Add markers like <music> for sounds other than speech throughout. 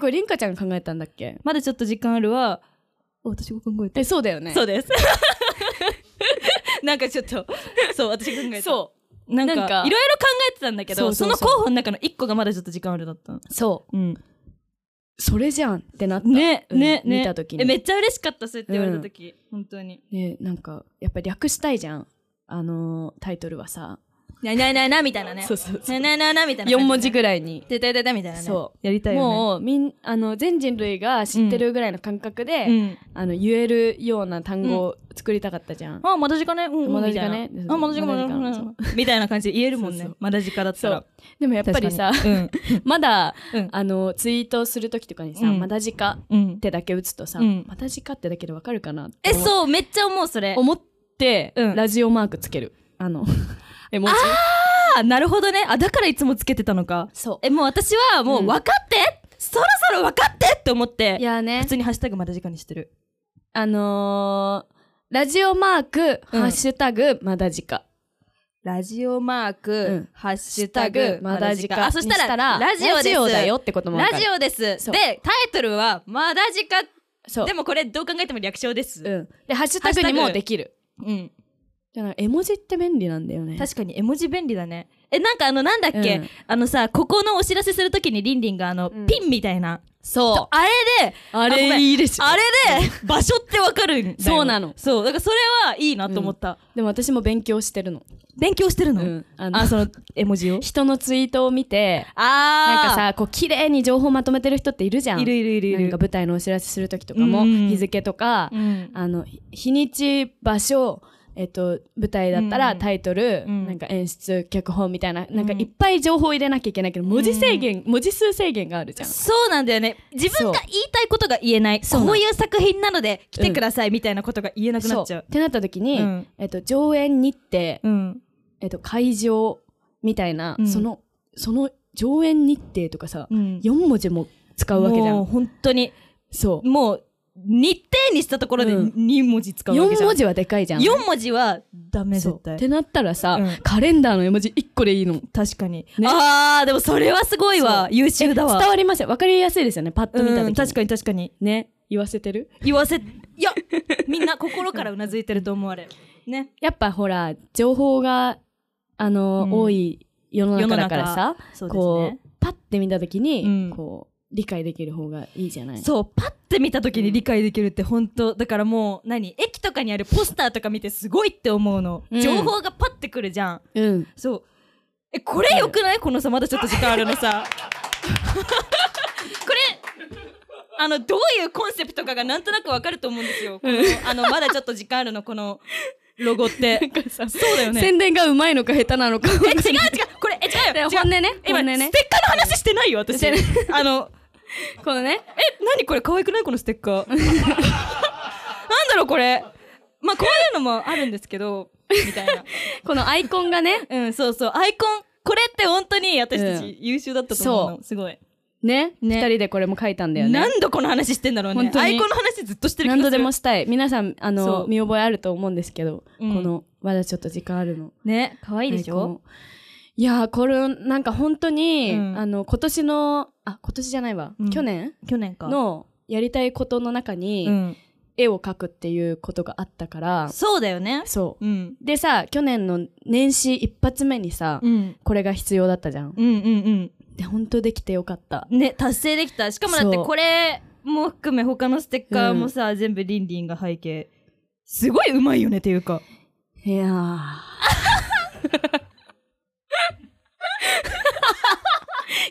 これりんかちゃんが考えたんだっけまだちょっと時間あるは、私が考えた。えそうだよねそうです。 <laughs> なんかちょっと、そう、私が考えた。。そうなんか、いなんかろいろ考えてたんだけど、そうそそうそうの候補の中の一個がまだちょっと時間あるだったの。そうん。うそれじゃんってなったね、うんね、ね。見た時にえ、めっちゃ嬉しかった、そうやって言われた時。本当に。ねなんかやっぱ略したいじゃんあのータイトルはさ、ななななみたいなね。そうそうそうななななみたいな。 4文字ぐらいに、ででででみたいなね。。そうやりたいよね。もうみんあの全人類が知ってるぐらいの感覚で、うん。あの言えるような単語を作りたかったじゃん、あ、まだ時間ね。うん、うんまだ時みたい間なねあ、まだ時間、ままだだ時時間間。みたいな感じで言えるもんねそうそ。まだ時間だったら。でもやっぱりさ確かにまだ、うんあのツイートする時とかにさ「うんまだじか」うん。うっん。てだけ打つとさ「うんまだじか」ってだけでわかるかなってえ、思そう、めっちゃ思う、それ。思って、うんラジオマークつけるあ <laughs> の絵文字あ、なるほどね。あ、だからいつもつけてたのか。そえ、もう私は、もうう、ん分かって、そろそろ分かってって思って、いやね普通にハッシュタグまだ時間にしてる。あのーラジオマーク、うんハッシュタグ、まだじか。ラジオマーク、うんハッシまだじか。あ、そしたら、ラジオです。だよってこともわかるラジオです。そで、うタイトルは、まだ時間。そう。でもこれ、どう考えても略称です。うん。で、ハッシュタグにもできる。うん。じゃあ絵文字って便利なんだよね。確かに、絵文字便利だね。え、なんかあの、なんだっけ、うんあのさ、ここのお知らせするときにリンリンがあの、うんピンみたいな。そあれで、う。ああごめんれいいでしょ。あれで、 <laughs> 場所ってわかるんだよ。そうなのそう。だからそれはいいなと思った。でも私も勉強してるの。勉強してるの、うん。あの <laughs> あ、その、絵文字を。人のツイートを見て、あなんかなんかさ、こう、綺麗に情報まとめてる人っているじゃさ、ん。いるいるいるいる。なんか舞台のお知らせするときとかも、うんうん日付とか、うんあのひ日にち場所えっと、舞台だったうらんタイトル、うんなんか演出脚本みたいななんかうんいっぱい情報入れなきゃいけないけど文字制限、文字数制限があるじゃんそうなんだよね。自分がそう言いたいことが言えない。そうなのこういう作品なので来てくださいみたいなことが言えなくなっちゃそうっ。てなった時に、うんえっと、上演日程、うん。えっと、会場みたいな、うんそのその上演日程とかさ、うん四4文字も使うわけじゃもうん本当に、そうもう、日程にしたところでうん2文字使うわけ4じゃん。文字はでかいじゃん4文字はダメそ絶う対ってなったらさ、うんカレンダーの絵文字1個でいいの確かに、ねあーでもそれはすごいわそう優秀伝だわわりますよわかりやすいですよねパッと見た時うんに確かに確かにね言わせてる言わせいやみんな心からうなずいてると思われねやっぱほら情報があの、うん多い世の世の中中だからさそうですこねうパッて見た時に、うんこう理解できる方がいいじゃないそうパッて見た時に理解できるって本当だからもう何駅とかにあるポスターとか見てすごいって思うの、うん情報がパッてくるじゃんう、ん、そうえこれよくないこのさまだちょっと時間あるの <laughs> さこれあのどういうコンセプトかがなんとなくわかると思うんですよこのあのまだちょっと時間あるのこのロゴってなんかさそうだよね宣伝がうまいのか下手なのかえ違う違うこれえ違うよ違う本音ね今本音ねステッカーの話してないよ私してないあの <laughs> このねえ何これ可愛くないこのステ <laughs> ッカーなんだろうこれまあこういうのもあるんですけどみた <laughs> いなこのアイコンがねうんそうそうアイコンこれって本当に私たうち優秀だったと思うの、そすごい、ね二ね人でこれも書いたんだよね何度この話してんだろうね本当にアイコンの話ずっとしてる気が何する度でもしたい皆さんあそうの見覚えあると思うんですけど、うんこのまだちょっと時間あるのね可愛いでしアイコょンいやーこれなんか本当に、うんあの今年のあ今年じゃないわ、うん去年去年か、のやりたいことの中に、うん、絵を描くっていうことがあったからそうだよねそうんうでさ去年の年始一発目にさ、うんこれが必要だったじゃん、うんうんで本当できてよかったうんね達成できたしかもだってそうこれも含め他のステッカーもさ、全部リンリンが背景すごいうまいよねっていうかいやー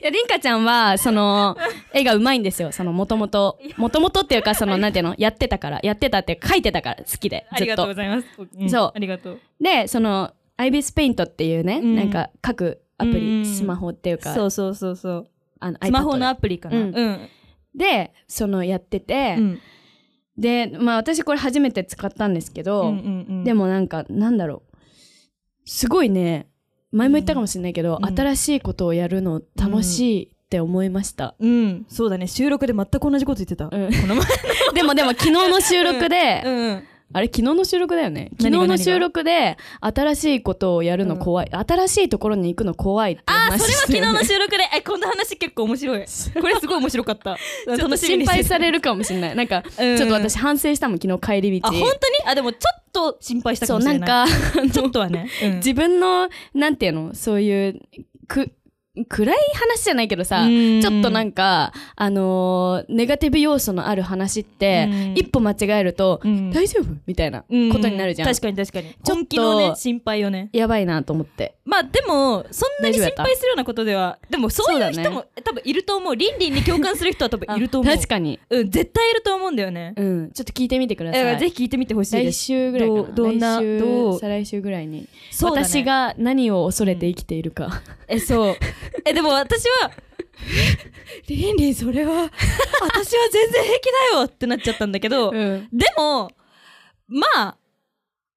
いやりんかちゃんはその絵がうまいんですよそのもともともともとっていうかそのなんていうのやってたからやってたっていうか書いてたから好きであずりっがとうごとざいます、んそうありがとうでそのアイビスペイントっていうね、うんなんか書くアプうんうリ、んスマホっていうかそうそうそうそうあのスマホの iPad アプリかなううんんでそのやってて、うんでまあ私これ初めて使ったんですけうど、んうんでもなんかなんだろうすごいね前も言ったかもしれないけど、うんうん新しいことをやるの楽しいって思いました、うんそうだね収録で全く同じこと言って <laughs> た、うんこの前でもでも昨日の収録で、 <laughs> うんあれ昨日の収録だよね昨何日がの何が収録で新しいことをやるの怖い、新しいところに行くの怖いってあー話それはし昨て、日ね、の収録でえこんな話結構面白いこれすごい面白かった <laughs> <laughs> ちょっと楽し心みにして配されるかもしれないなんか、うんちょっと私反省したもん昨日帰り道あ本当にあでもちょっと心配したかそうもしなれんないか <laughs> ちょっとはね、うん自分のなんていうのそういうく暗い話じゃないけどさうんちょっとなんかあのーネガティブ要素のある話ってうん一歩間違えるとうん大丈夫みたいなこうんとになるじゃん確かに確かにと本気のね心配よねやばいなと思ってまあでもそんなに大丈夫心やった配するようなことではでもそういうそうだ人も、ね多分いると思う倫理に共感する人は多分いると思うあ確かにうん絶対いると思うんだよね、うんちょっと聞いてみてくだだからさぜいひ聞いてみてほしいで来す週ぐらいかなどうどんな来週どう再来週ぐらいにそうだね私が何を恐れて生きているかえそうえでも私は倫理そ <laughs> れは私は全然平気だよってなっちゃったんだけど、 <laughs> うんでもまあ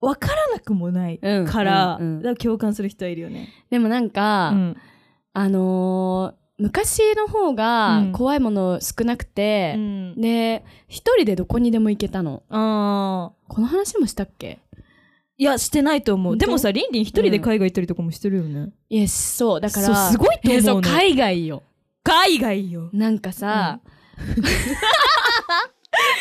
分からなくもないから,、うんうんうんだから共感する人はいるよね。でもなんかうんあのー昔の方がうん怖いもの少なくて、うんで一人でどこにでも行けたのあーこの話もしたっけいやしてないと思う本当でもさリンリン一人で海外行ったりとかもしてるよね、いやそうだからそうすごいと思うのやそう海外よ海外よなんかさ、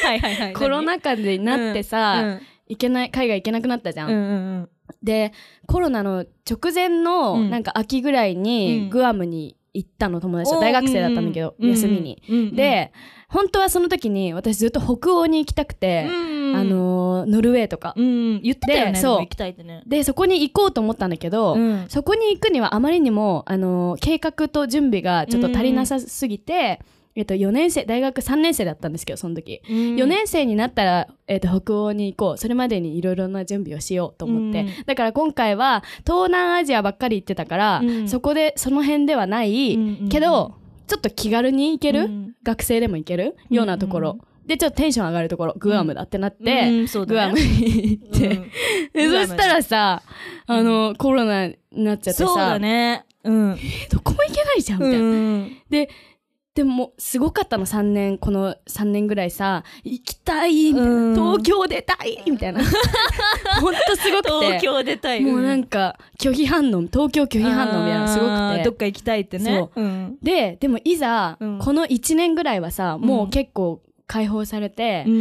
はいはいはいコロナ禍になってさ、うん行けない海外行けなくなったじゃん、うんうんでコロナの直前の、うんなんか秋ぐらいうにんグアムに行ったの友達とお大学生だったんだけど、うう休みに、、うんうん、で本当はその時に私ずっと北欧に行きたくうんて、うんあのーノルウェーとか、うん言ってたよねででそもう行きたいってねでそこに行こうと思ったんだけど、うんそこに行くにはあまりにも、あのー計画と準備がちょっと足りなさすぎて、えっと、4年生大学3年生だったんですけどその時、4年生になったら、えっと、北欧に行こうそれまでにいろいろな準備をしようと思って、うんだから今回は東南アジアばっかり行ってたから、うんそこでその辺ではない、けどちょっと気軽に行ける、うん学生でも行けるようなところ、でちょっとテンション上がるところグアムだってなって、うんそうグアだムねに行って。うんで <laughs> グそアムしたらさあの、コロナになっちゃってさそうだねうんえどこも行けないじゃんみたいな、 <laughs> うんででもすごかったの3年この3年ぐらいさ行きたいみたいな、うん東京出たいみたいなほんとすごくて東京出たいもうなんかか拒否反応東京拒否反応みたいなのすごくてどっか行きたいってねそうんででもいざ、うんこの1年ぐらいはさもうんう結構解放されて、うん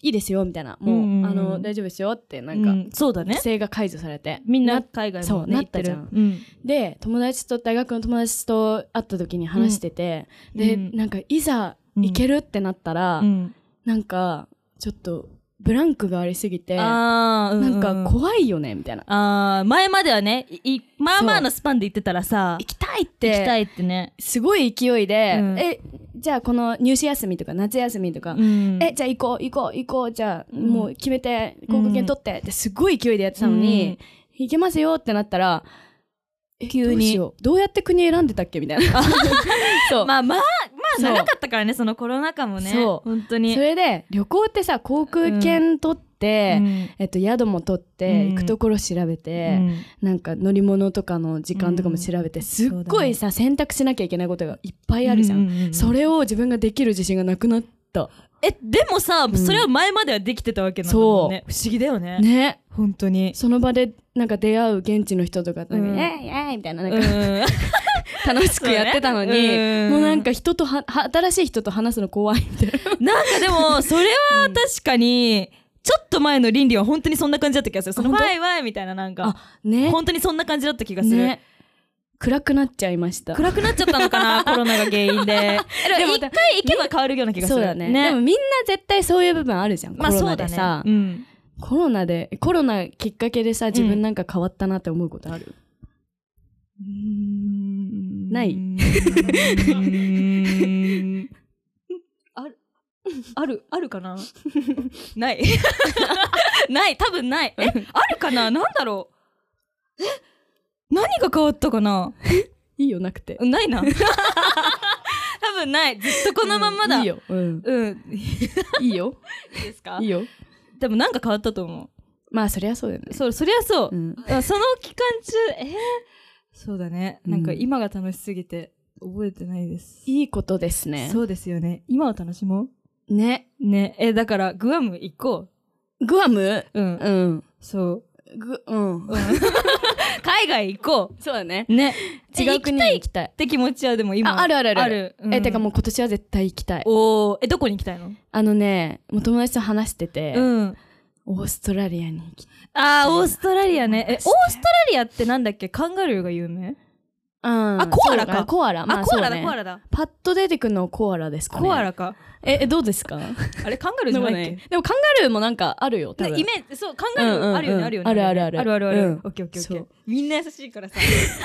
いいですよみたいなもう、うんあの大丈夫ですよってななんか、んかそうだね規制が解除されてみんな海外もねそ行うってるなったうんで友達と大学の友達と会った時に話してて、で、うんなんかいざ行けるってなったら、うんなんかちょっとブランクがありすぎてなあーうんうか怖いよねみたいな、あー前まではねいいまあまあのスパンで行ってたらさ行きたいっ行きたていってねすごい勢いで、うんえじゃあこの入試休みとか夏休みとか、うんえじゃあ行こう行こう行こうじゃあうんもう決めて合格券取ってってすごい勢いでやってたのに、行けますよってなったら急どうしにようどうやって国選んでたっけみたい <laughs> なそう、まあまあまあそう長かったからねそのコロナ禍もねそう本当にそれで旅行ってさ航空券取って、うんえっと、宿も取って、うん行くところ調べうて、んなんか乗り物とかの時間とかも調べて、すっごいさ、選択しなきゃいけないことがいっぱいあるじゃん,、うんうんうんそれを自分ができる自信がなくなったえでもさ、んそれは前まではできてたわけなんだもんね不思議だよねね本当にその場でなんか出会う現地の人とかとなんか、うんえいえいみたいなうなんんか、楽しくやってたのに、そうねうんもうなんか人とはは新しい人と話すの怖いみたいななんかでもそれは確かにちょっと前の倫理は本当にそんな感じだった気がするその本当ワイワイみたいななんかあね本当にそんな感じだった気がする、ね暗くなっちゃいました暗くなっちゃったのか <laughs> なコロナが原でも因ででも一回行けば変わるような気がするそうだねでもみんな絶対そういう部分あるじゃん、まあコロそうナだでねさ、うんコロナでコロナきっかけでさ自分なんか変わったなって思うことある、ないうーん <laughs> あるあるあるかな <laughs> ない <laughs> ない多分ないえあるかななんだろうえ何が変わったかないいよなくてない <laughs> な多分ないずっとこのまんまだ、いいよ、うん、うんいいいい <laughs> よですかいいよでもなんか変わったと思まあそりゃそうだようねそうそりゃそう、んあその期間中えーそうだねなんか今が楽しすぎて覚えてないです、いいことですねそうですよね今を楽しもうねねえだからグアム行こグアムうん。うん。そう。ぐ、うん。 <laughs> 海外行こそうだねう。。ね。え違う国に行きたいっ行きたい。て気持ちはでも今。あ、あるあるある。ある。うんえ、てかもう今年は絶対行きたい。おーえ、どこに行きたいのあのね、もう友達と話してて、うん。オーストラリアに行きたい。あー、オーストラリアね。え、オマースジトでラリアってなんだっけカンガルーが有名うんあコアラかそうコアラ。まあ、コアラそうだ、ねコアラだ。パッと出てくるのコアラですかね。コアラか。え、えどうですかあれ、カンガルーじゃないっ <laughs> けでもカンガルーもなんかあるよ、多分。イメージ、そう、考える、うんうんうんあるよね、あるよね。あるあるあるあるあるある。うんオッケーオッケーオッそケーう。みんな優しいからさ。 <laughs>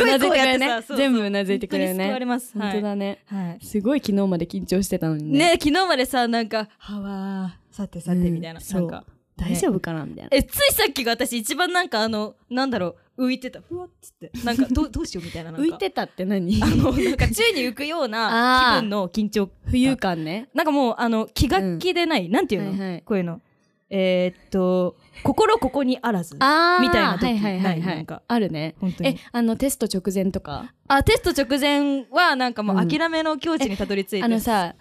うなずいてくれるこうやっねてさそう全部うなずいてくれる本当に救わね。れます。本当だね。はい。すごい昨日まで緊張してたのにね。ね昨日までさ、なんか、はわー、さてさてみたいな。うんなんか。大丈夫かなみたいな。え、ついさっきが私一番なんかあの、なんだろう、浮いてた。ふわっつって。なんか、どうどうしようみたいな。なん <laughs> か浮いてたって何あの、なんか宙に浮くようなあー気分の緊張。浮遊感ね。なんかもう、あの、気が気でない。なんていうの、はいはいこういうの。えーっと、心ここにあらず。あーみたいな時はいはいはいはいなあるね。本当にえ、あの、テスト直前とか。あテスト直前はなんかもううん諦めの境地にたどり着いて、あのさ、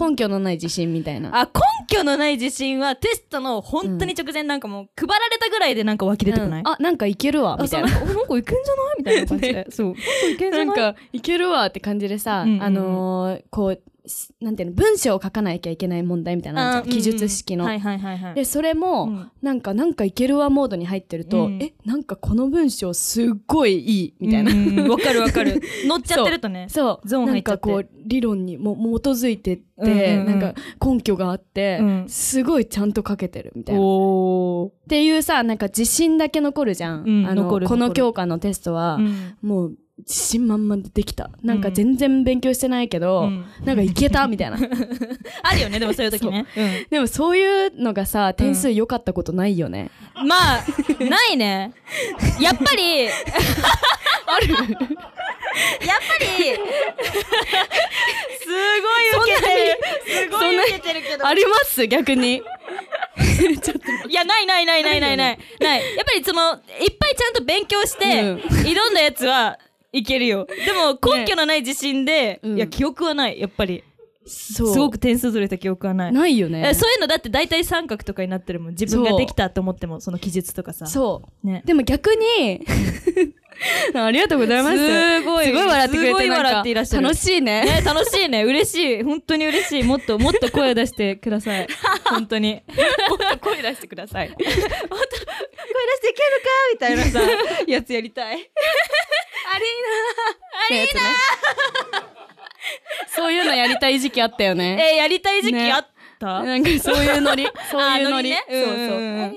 根拠のない自信みたいな。あ根拠のない自信はテストの本当に直前なんかもう配られたぐらいでなんか湧き出てこない、うんあ、なんかいけるわ、みたいな。あそうなんかおなんかいけんじゃないみたいな感じで、 <laughs> そうなんかいけんじなゃんないか、いけるわって感じでさ、うんうんうんあのーこう、しなんていうの、文章を書かなきゃいけない問題みたいなのあるじゃんうんう記ん述式の。はいはいはいはいで、それも、うんなんか、なんかいけるわモードに入ってると、うんえ、なんかこの文章すっごいいい、みたいな。うんうんうんわかるわ <laughs> かる乗っちゃってるとね <laughs> そう。ゾーン入っちゃってなんかこう、理論にも基づいてって、うんうんうんなんか根拠があって、うんすごいちゃんと書けてるみたいな。っおーていうさ、なんか自信だけ残るじゃん。うんあの残るこ残のる教科のテストは、うんもう自信満々でできた。なんか全然勉強してないけど、うんなんかいけたみ <laughs> たいな。あるよねでも <laughs> そういう時ね、うんでもそういうのがさ、点数良かったことないよね。まあ、ないね。やっぱり、あるやっぱり、すごい受けてる。すごい受けてるけど。あります逆 <laughs> に。いや、ないないないないないない。ない。やっぱりその、いっぱいちゃんと勉強して、うん挑んだやつは、いけるよ。でも、根拠のない自信で、うんいや、記憶はない。やっぱり。そう。すごく点数ずれた記憶はない。ないよねえ。そういうのだって大体三角とかになってるもん。自分ができたと思っても、その記述とかさ。そう。ね。でも逆に、 <laughs> ありがとうございます。すごいすごい笑ってくれてすごいなんか笑っていらっしゃる楽しいね。ね、楽しいね。嬉しい。本当に嬉しい。もっと、もっと声を出してください。本当に。声出声出してください。していけるかみたいなさ、やつやりたあい。りーなそういうのやりたい時期あったよね。えーやりたい時期ねあった、なんかそういうノ <laughs> リ。そういうノリ。あノリねそうそう。うんうんうん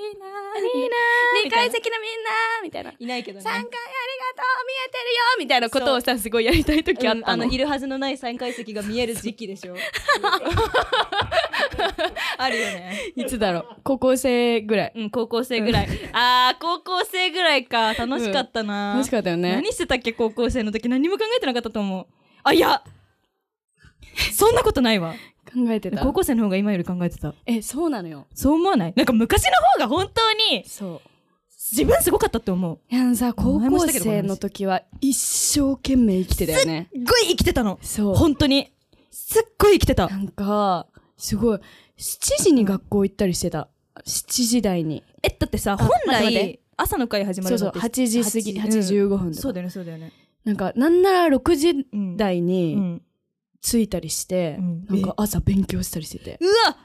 ありーなありーなみ二たいな階席のみんなみたいな。いないけど三階ありがとう見えてるよみたいなことをさ、すごいやりたい <laughs> 時あったの。るはずのない3階席が見える時期で <laughs> しょ。あるよね。いつだろう高校生ぐらい。うん、高校生ぐらい。あー、高校生ぐらいか。楽しかったな。楽しかったよね何。してたっけ高校生の時何も考えてなかったと思う。あ、いやそんなこと <laughs> ないわ。考えてた高。校生の方が今より考えてた。え、そうなのよ。そう思わないなんか昔の方が本当にそう。自分すごかったって思う。いやあのさ、高前も校したけどこの話生の時は一生懸命生きてたよね。すっごい生きてたの。そう。本当に。すっごい生きてたな。んか、すごい、7時に学校行ったりしてた。7時台に。え、だってさ、あ本待って待っ来、朝の会始まそるうそのう、って8時過ぎ、8時うん15分そとか。うだよね、そうだよね。なんか、なんなら6時うん台うにん。着いたりして、うんなんか朝勉強したりしてて。うわ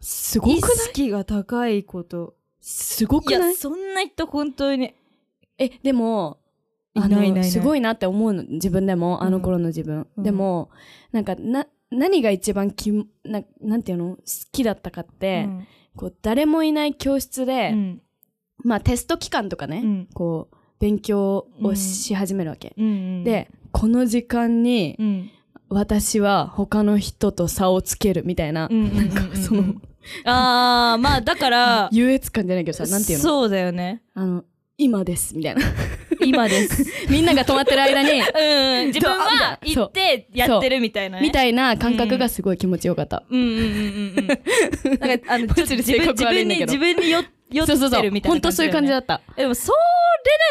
すご意くない識が高いこと。すごいくなや、いそんな人本当に。え、でも、いないあのいないいないすごいなって思うの、自分でも、あの頃の自分。うんでも、なんか、な、何が一番きな、なんていうの好きだったかって、うんこう、誰もいない教室で、うんまあテスト期間とかね、うんこう勉強をし始めるわけ、うん。でこの時間にうん、私は他の人と差をつけるみたいな、うん。なんかその、うんうんあー、まあだから、優越感じゃないけどさなんていうのそうだよね。あの今ですみたい <laughs> な今 <laughs> です。みんなが止まってる間 <laughs> にうん、自分はそう行ってやってるみたいなね。みたいな感覚がすごい気持ちよかった、うんうんうんうんうん。 <laughs> なんか、あの、ちょマっとジで自性分格自悪い分んだに、けど自分によ、寄ってそうそうそうるみたいな。本当そういう感じだっったた。でも、それ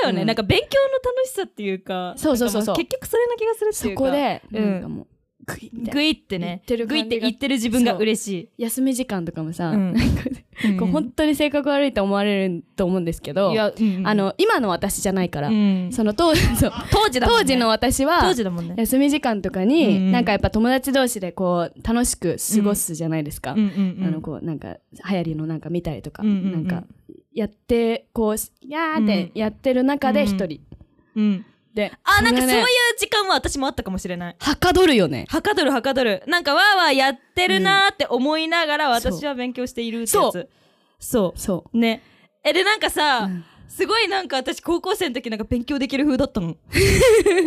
だよね、うんなんか勉強の楽しさっていうか。そうそうそうそうなんかも結局それな気がするってそいうか。こで、うんなんかもうグイみたいなグイってね言ってるグ感イじがって言ってる自分が嬉しい休み時間とかもさ、うんなんかうん <laughs> こう本当に性格悪いと思われると思うんですけど、いやうんうんあの今の私じゃないから、うんその当そう当時だもん当ね時の私は当時だもんね休み時間とかうに、んなんかやっぱ友達同士でこう楽しく過ごすじゃないですか、うんうんうんあのこうなんか流行りのなんか見たりとか、うんうんうんなんかやってこうやーってやってる中で一人、うんであなんれかそうがいねう時間は私もあったかもしれないはかどるよねはかどるはかどるなんかわーわーやってるなーって思いながらそう私は勉強しているってやそつそそうねえでなんかう、うさんすごいなんか私高校生の時なんか勉強できる風だっ <laughs> たの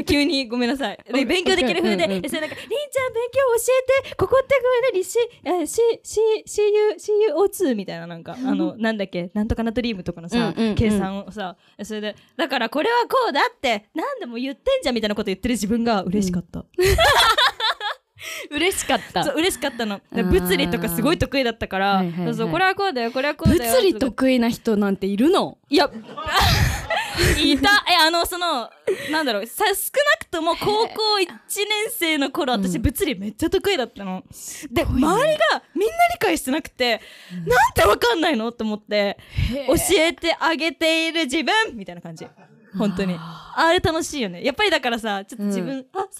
急にごめんなさいで勉強できる風うんうんうでんでそれなんか「りんちゃん勉強教えてここってごめんなしえーしし CUCUO2」みたい <laughs> ななんかあのなんだっけなんとかなトリウムとかのさうんうんうん計算をさそれでだからこれはこうだって何でも言ってんじゃんみたいなこと言ってる自分が嬉しかった嬉しかったそう嬉しかったのあー物理とかすごい得意だったから、はいはいはいそうこれはこうだよこれはこうだよ物理得意な人なんているのいやいたえあのそのなんだろうさ少なくとも高校1年生の頃私うん物理めっちゃ得意だったの、で周ごりいねがみんな理解してなくて、なんてわかんないのと思って教えてあげている自分みたいな感じ本当にあれ楽しいよねやっぱりだからさちょっと自分、うあ触るか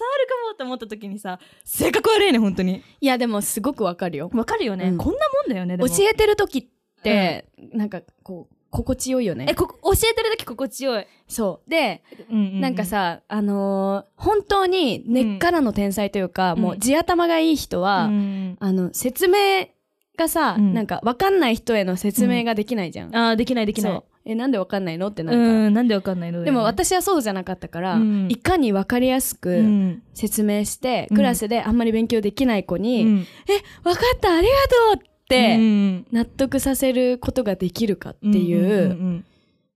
もと思った時にさ性格悪いね本当にいやでもすごくわかるよわかるよね、うんこんなもんだよねで教もえてる時って、なんかこう心地よいよねえここ教えてる時心地よい、そうで、ななんかさあのー本当に根っからの天才というか、うんもう地頭がいい人は、うんあの説明がさ、うんなんかわかんない人への説明ができないじゃん、あーできないできなそいうえなんでわかんないのってなうるから、んなんでわかんないのでも私はそうじゃなかったから、うんいかにわかりやすうくん説明して、うんクラスであんまり勉強できない子うに、んわかったありがとうって、うん納得させることができるかっていう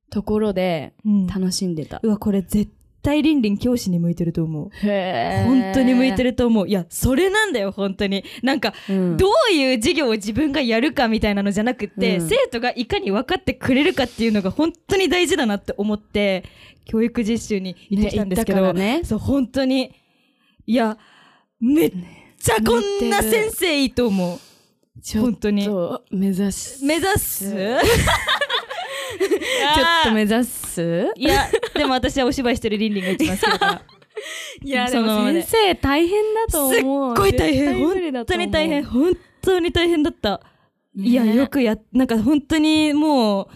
ところでうんうん楽しんでた。うわこれ絶対リンリン教師に向いてると思うへ本当に向いてる、ると思ういやそれなんだよ本当になんかうんどういう授業を自分がやるかみたいなのじゃなくて、うん生徒がいかに分かってくれるかっていうのが本当に大事だなって思って教育実習に行ってきたんですけね行ど、ったからねそう本当にいやめっちゃこんな先生いいと思うちょっ本当にと目指す目指すち <laughs> ょっちょっとと目指すいやでも私はお芝居してるリンリンが一番好きだからいやそので先も生大変だとすっ思うごい大変絶対無理本だと当思うに大変本当に大変だった、ねいやよくやなんか本当にもう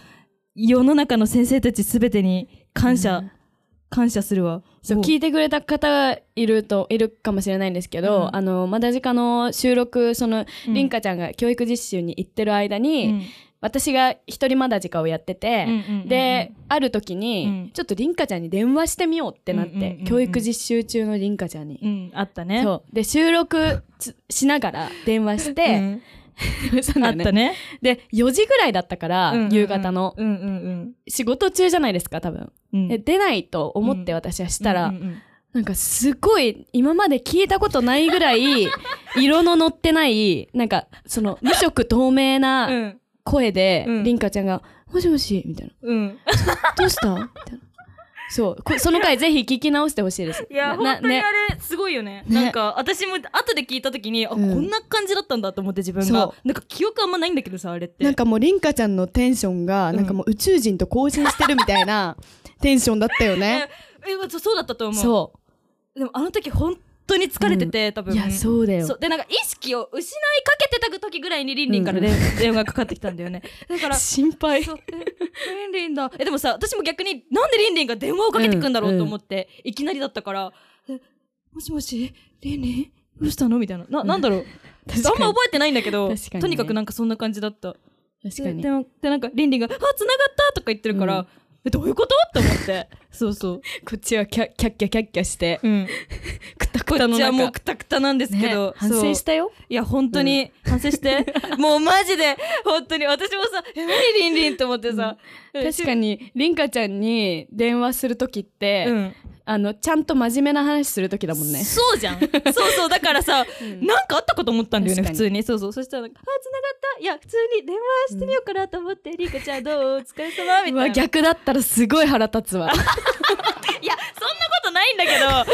世の中の先生たちすべてに感謝、ね感謝するわそうも聞いてくれた方がいるといるかもしれないんですけど、うんあのまだじかの収録その、うんりんかちゃんが教育実習に行ってる間うに、ん私が一人まだじかをやってて、うんうんうんで、ある時に、うんちょっとりんかちゃんに電話してみようってなって、うんうんうんうん教育実習中のりんかちゃんに。うん、あったねそうで収録つしながら電話しうて、ん <laughs> そうあだっねたね、で4時ぐらいだったから、うんうんうん夕方のうんうん仕事中じゃないですか多分、うんうんで出ないと思ってうん私はしたら、うんうんなんかすごい今まで聞いたことないぐら <laughs> い色の乗ってないなんかその無色透明うなん声で、うんりんかちゃんが「もしもし」みたいな。うんどうしたみたいな。そう。こその回ぜひ聞き直してほしいです。いなや、本当にねあれ、すごいよね。ねなんか、私も後で聞いたときに、あ、うんこんな感じだったんだと思って自分がそ。なんか記憶あんまないんだけどさ、あれって。なんかもう、りんかちゃんのテンションが、んなんかもう宇宙人と交信してるみたいな <laughs> テンションだったよね。え、えそそうだったと思う。そでも、あの時本当に疲れてて、多う。分。いや、そうだそよう。。で、なんか意識を失いかけてた時ぐらいにリンリンからね <laughs> 電話がかかってきたんだよね。だ <laughs> から、心配。そうえリンリンだえでもさ私も逆になんでリンリンが電話をかけてくんだろうと思って、いきなりだったからえもしもしリンリンどうしたのみたいなななんだろうあん確かにま覚えてないんだけど、確かにねとにかくなんかそんな感じだった確かにで。ででなんかリンリンが「あ繋がった!」とか言ってるから、うんえどういうことと思って <laughs> そうそう、こっちはキャキャッキャキャッキャして、うん、くたくこたのっちは中。もうくたくたなんですけど、ね反省したたよ。いや本当に反 <laughs> 省して、もうマジで本当に私もさ「え何リンリン」と思ってさ、確かに、りんかちゃんに電話するときって、うんあの、ちゃんと真面目な話するときだもんね。そうじゃん。そうそう、だから <laughs> さ、なんかあったかと思ったんだよね、確普かに通に。そうそう。そしたらなんか、あ、繋がった。いや、普通に電話してみようかなと思って、リーカちゃんどうお疲れ様みうたわ、いな。いや、逆 <laughs> だったらすごい腹立つわ。 <laughs> そんなことないんだけど、そんなこ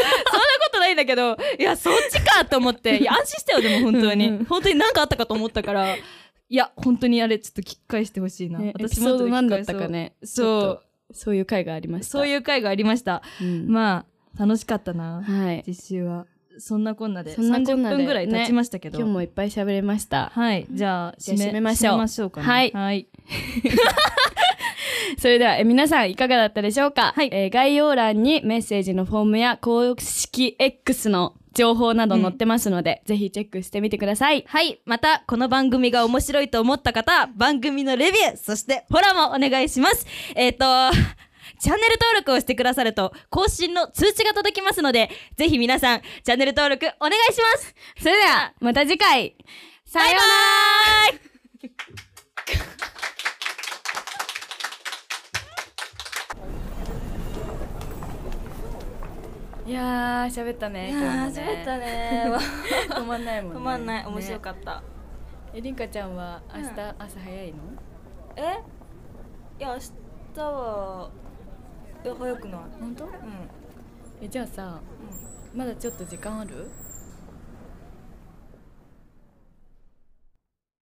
となないんだけどいやそっちかと思っていや安心したよでも本当にうんうん本当に何かあったかと思ったからいや本当にあれちょっと聞き返してほしいな、ね、エピ私もソー後ドで何聞きだ返っそたうかねちょそっとそういう回がありまうしたそういう回がありました、う、んまあ楽しかったな、はい実習はそんなこんなでそんなこんなで30分ぐらい経ちましたけど、今日もいっぱい喋れましたはいじゃあじゃあ締めましょう締めましょうかねはいはい <laughs> それではえ皆さんいかがだったでしょうか、はいえー概要欄にメッセージのフォームや公式 X の情報など載ってますので、ぜひチェックしてみてください。はい。また、この番組が面白いと思った方、番組のレビュー、そしてフォローもお願いします。えっ、と、 <laughs> チャンネル登録をしてくださると、更新の通知が届きますので、ぜひ皆さん、チャンネル登録お願いしますそれではまた次回さようならバイバーイいやー喋ったね <laughs> ね。た止まんないもんねかった。えりんかちゃんは明日う朝早いのえいや、明日は、早くない本当うん。えじゃあさまだちょっと時間ある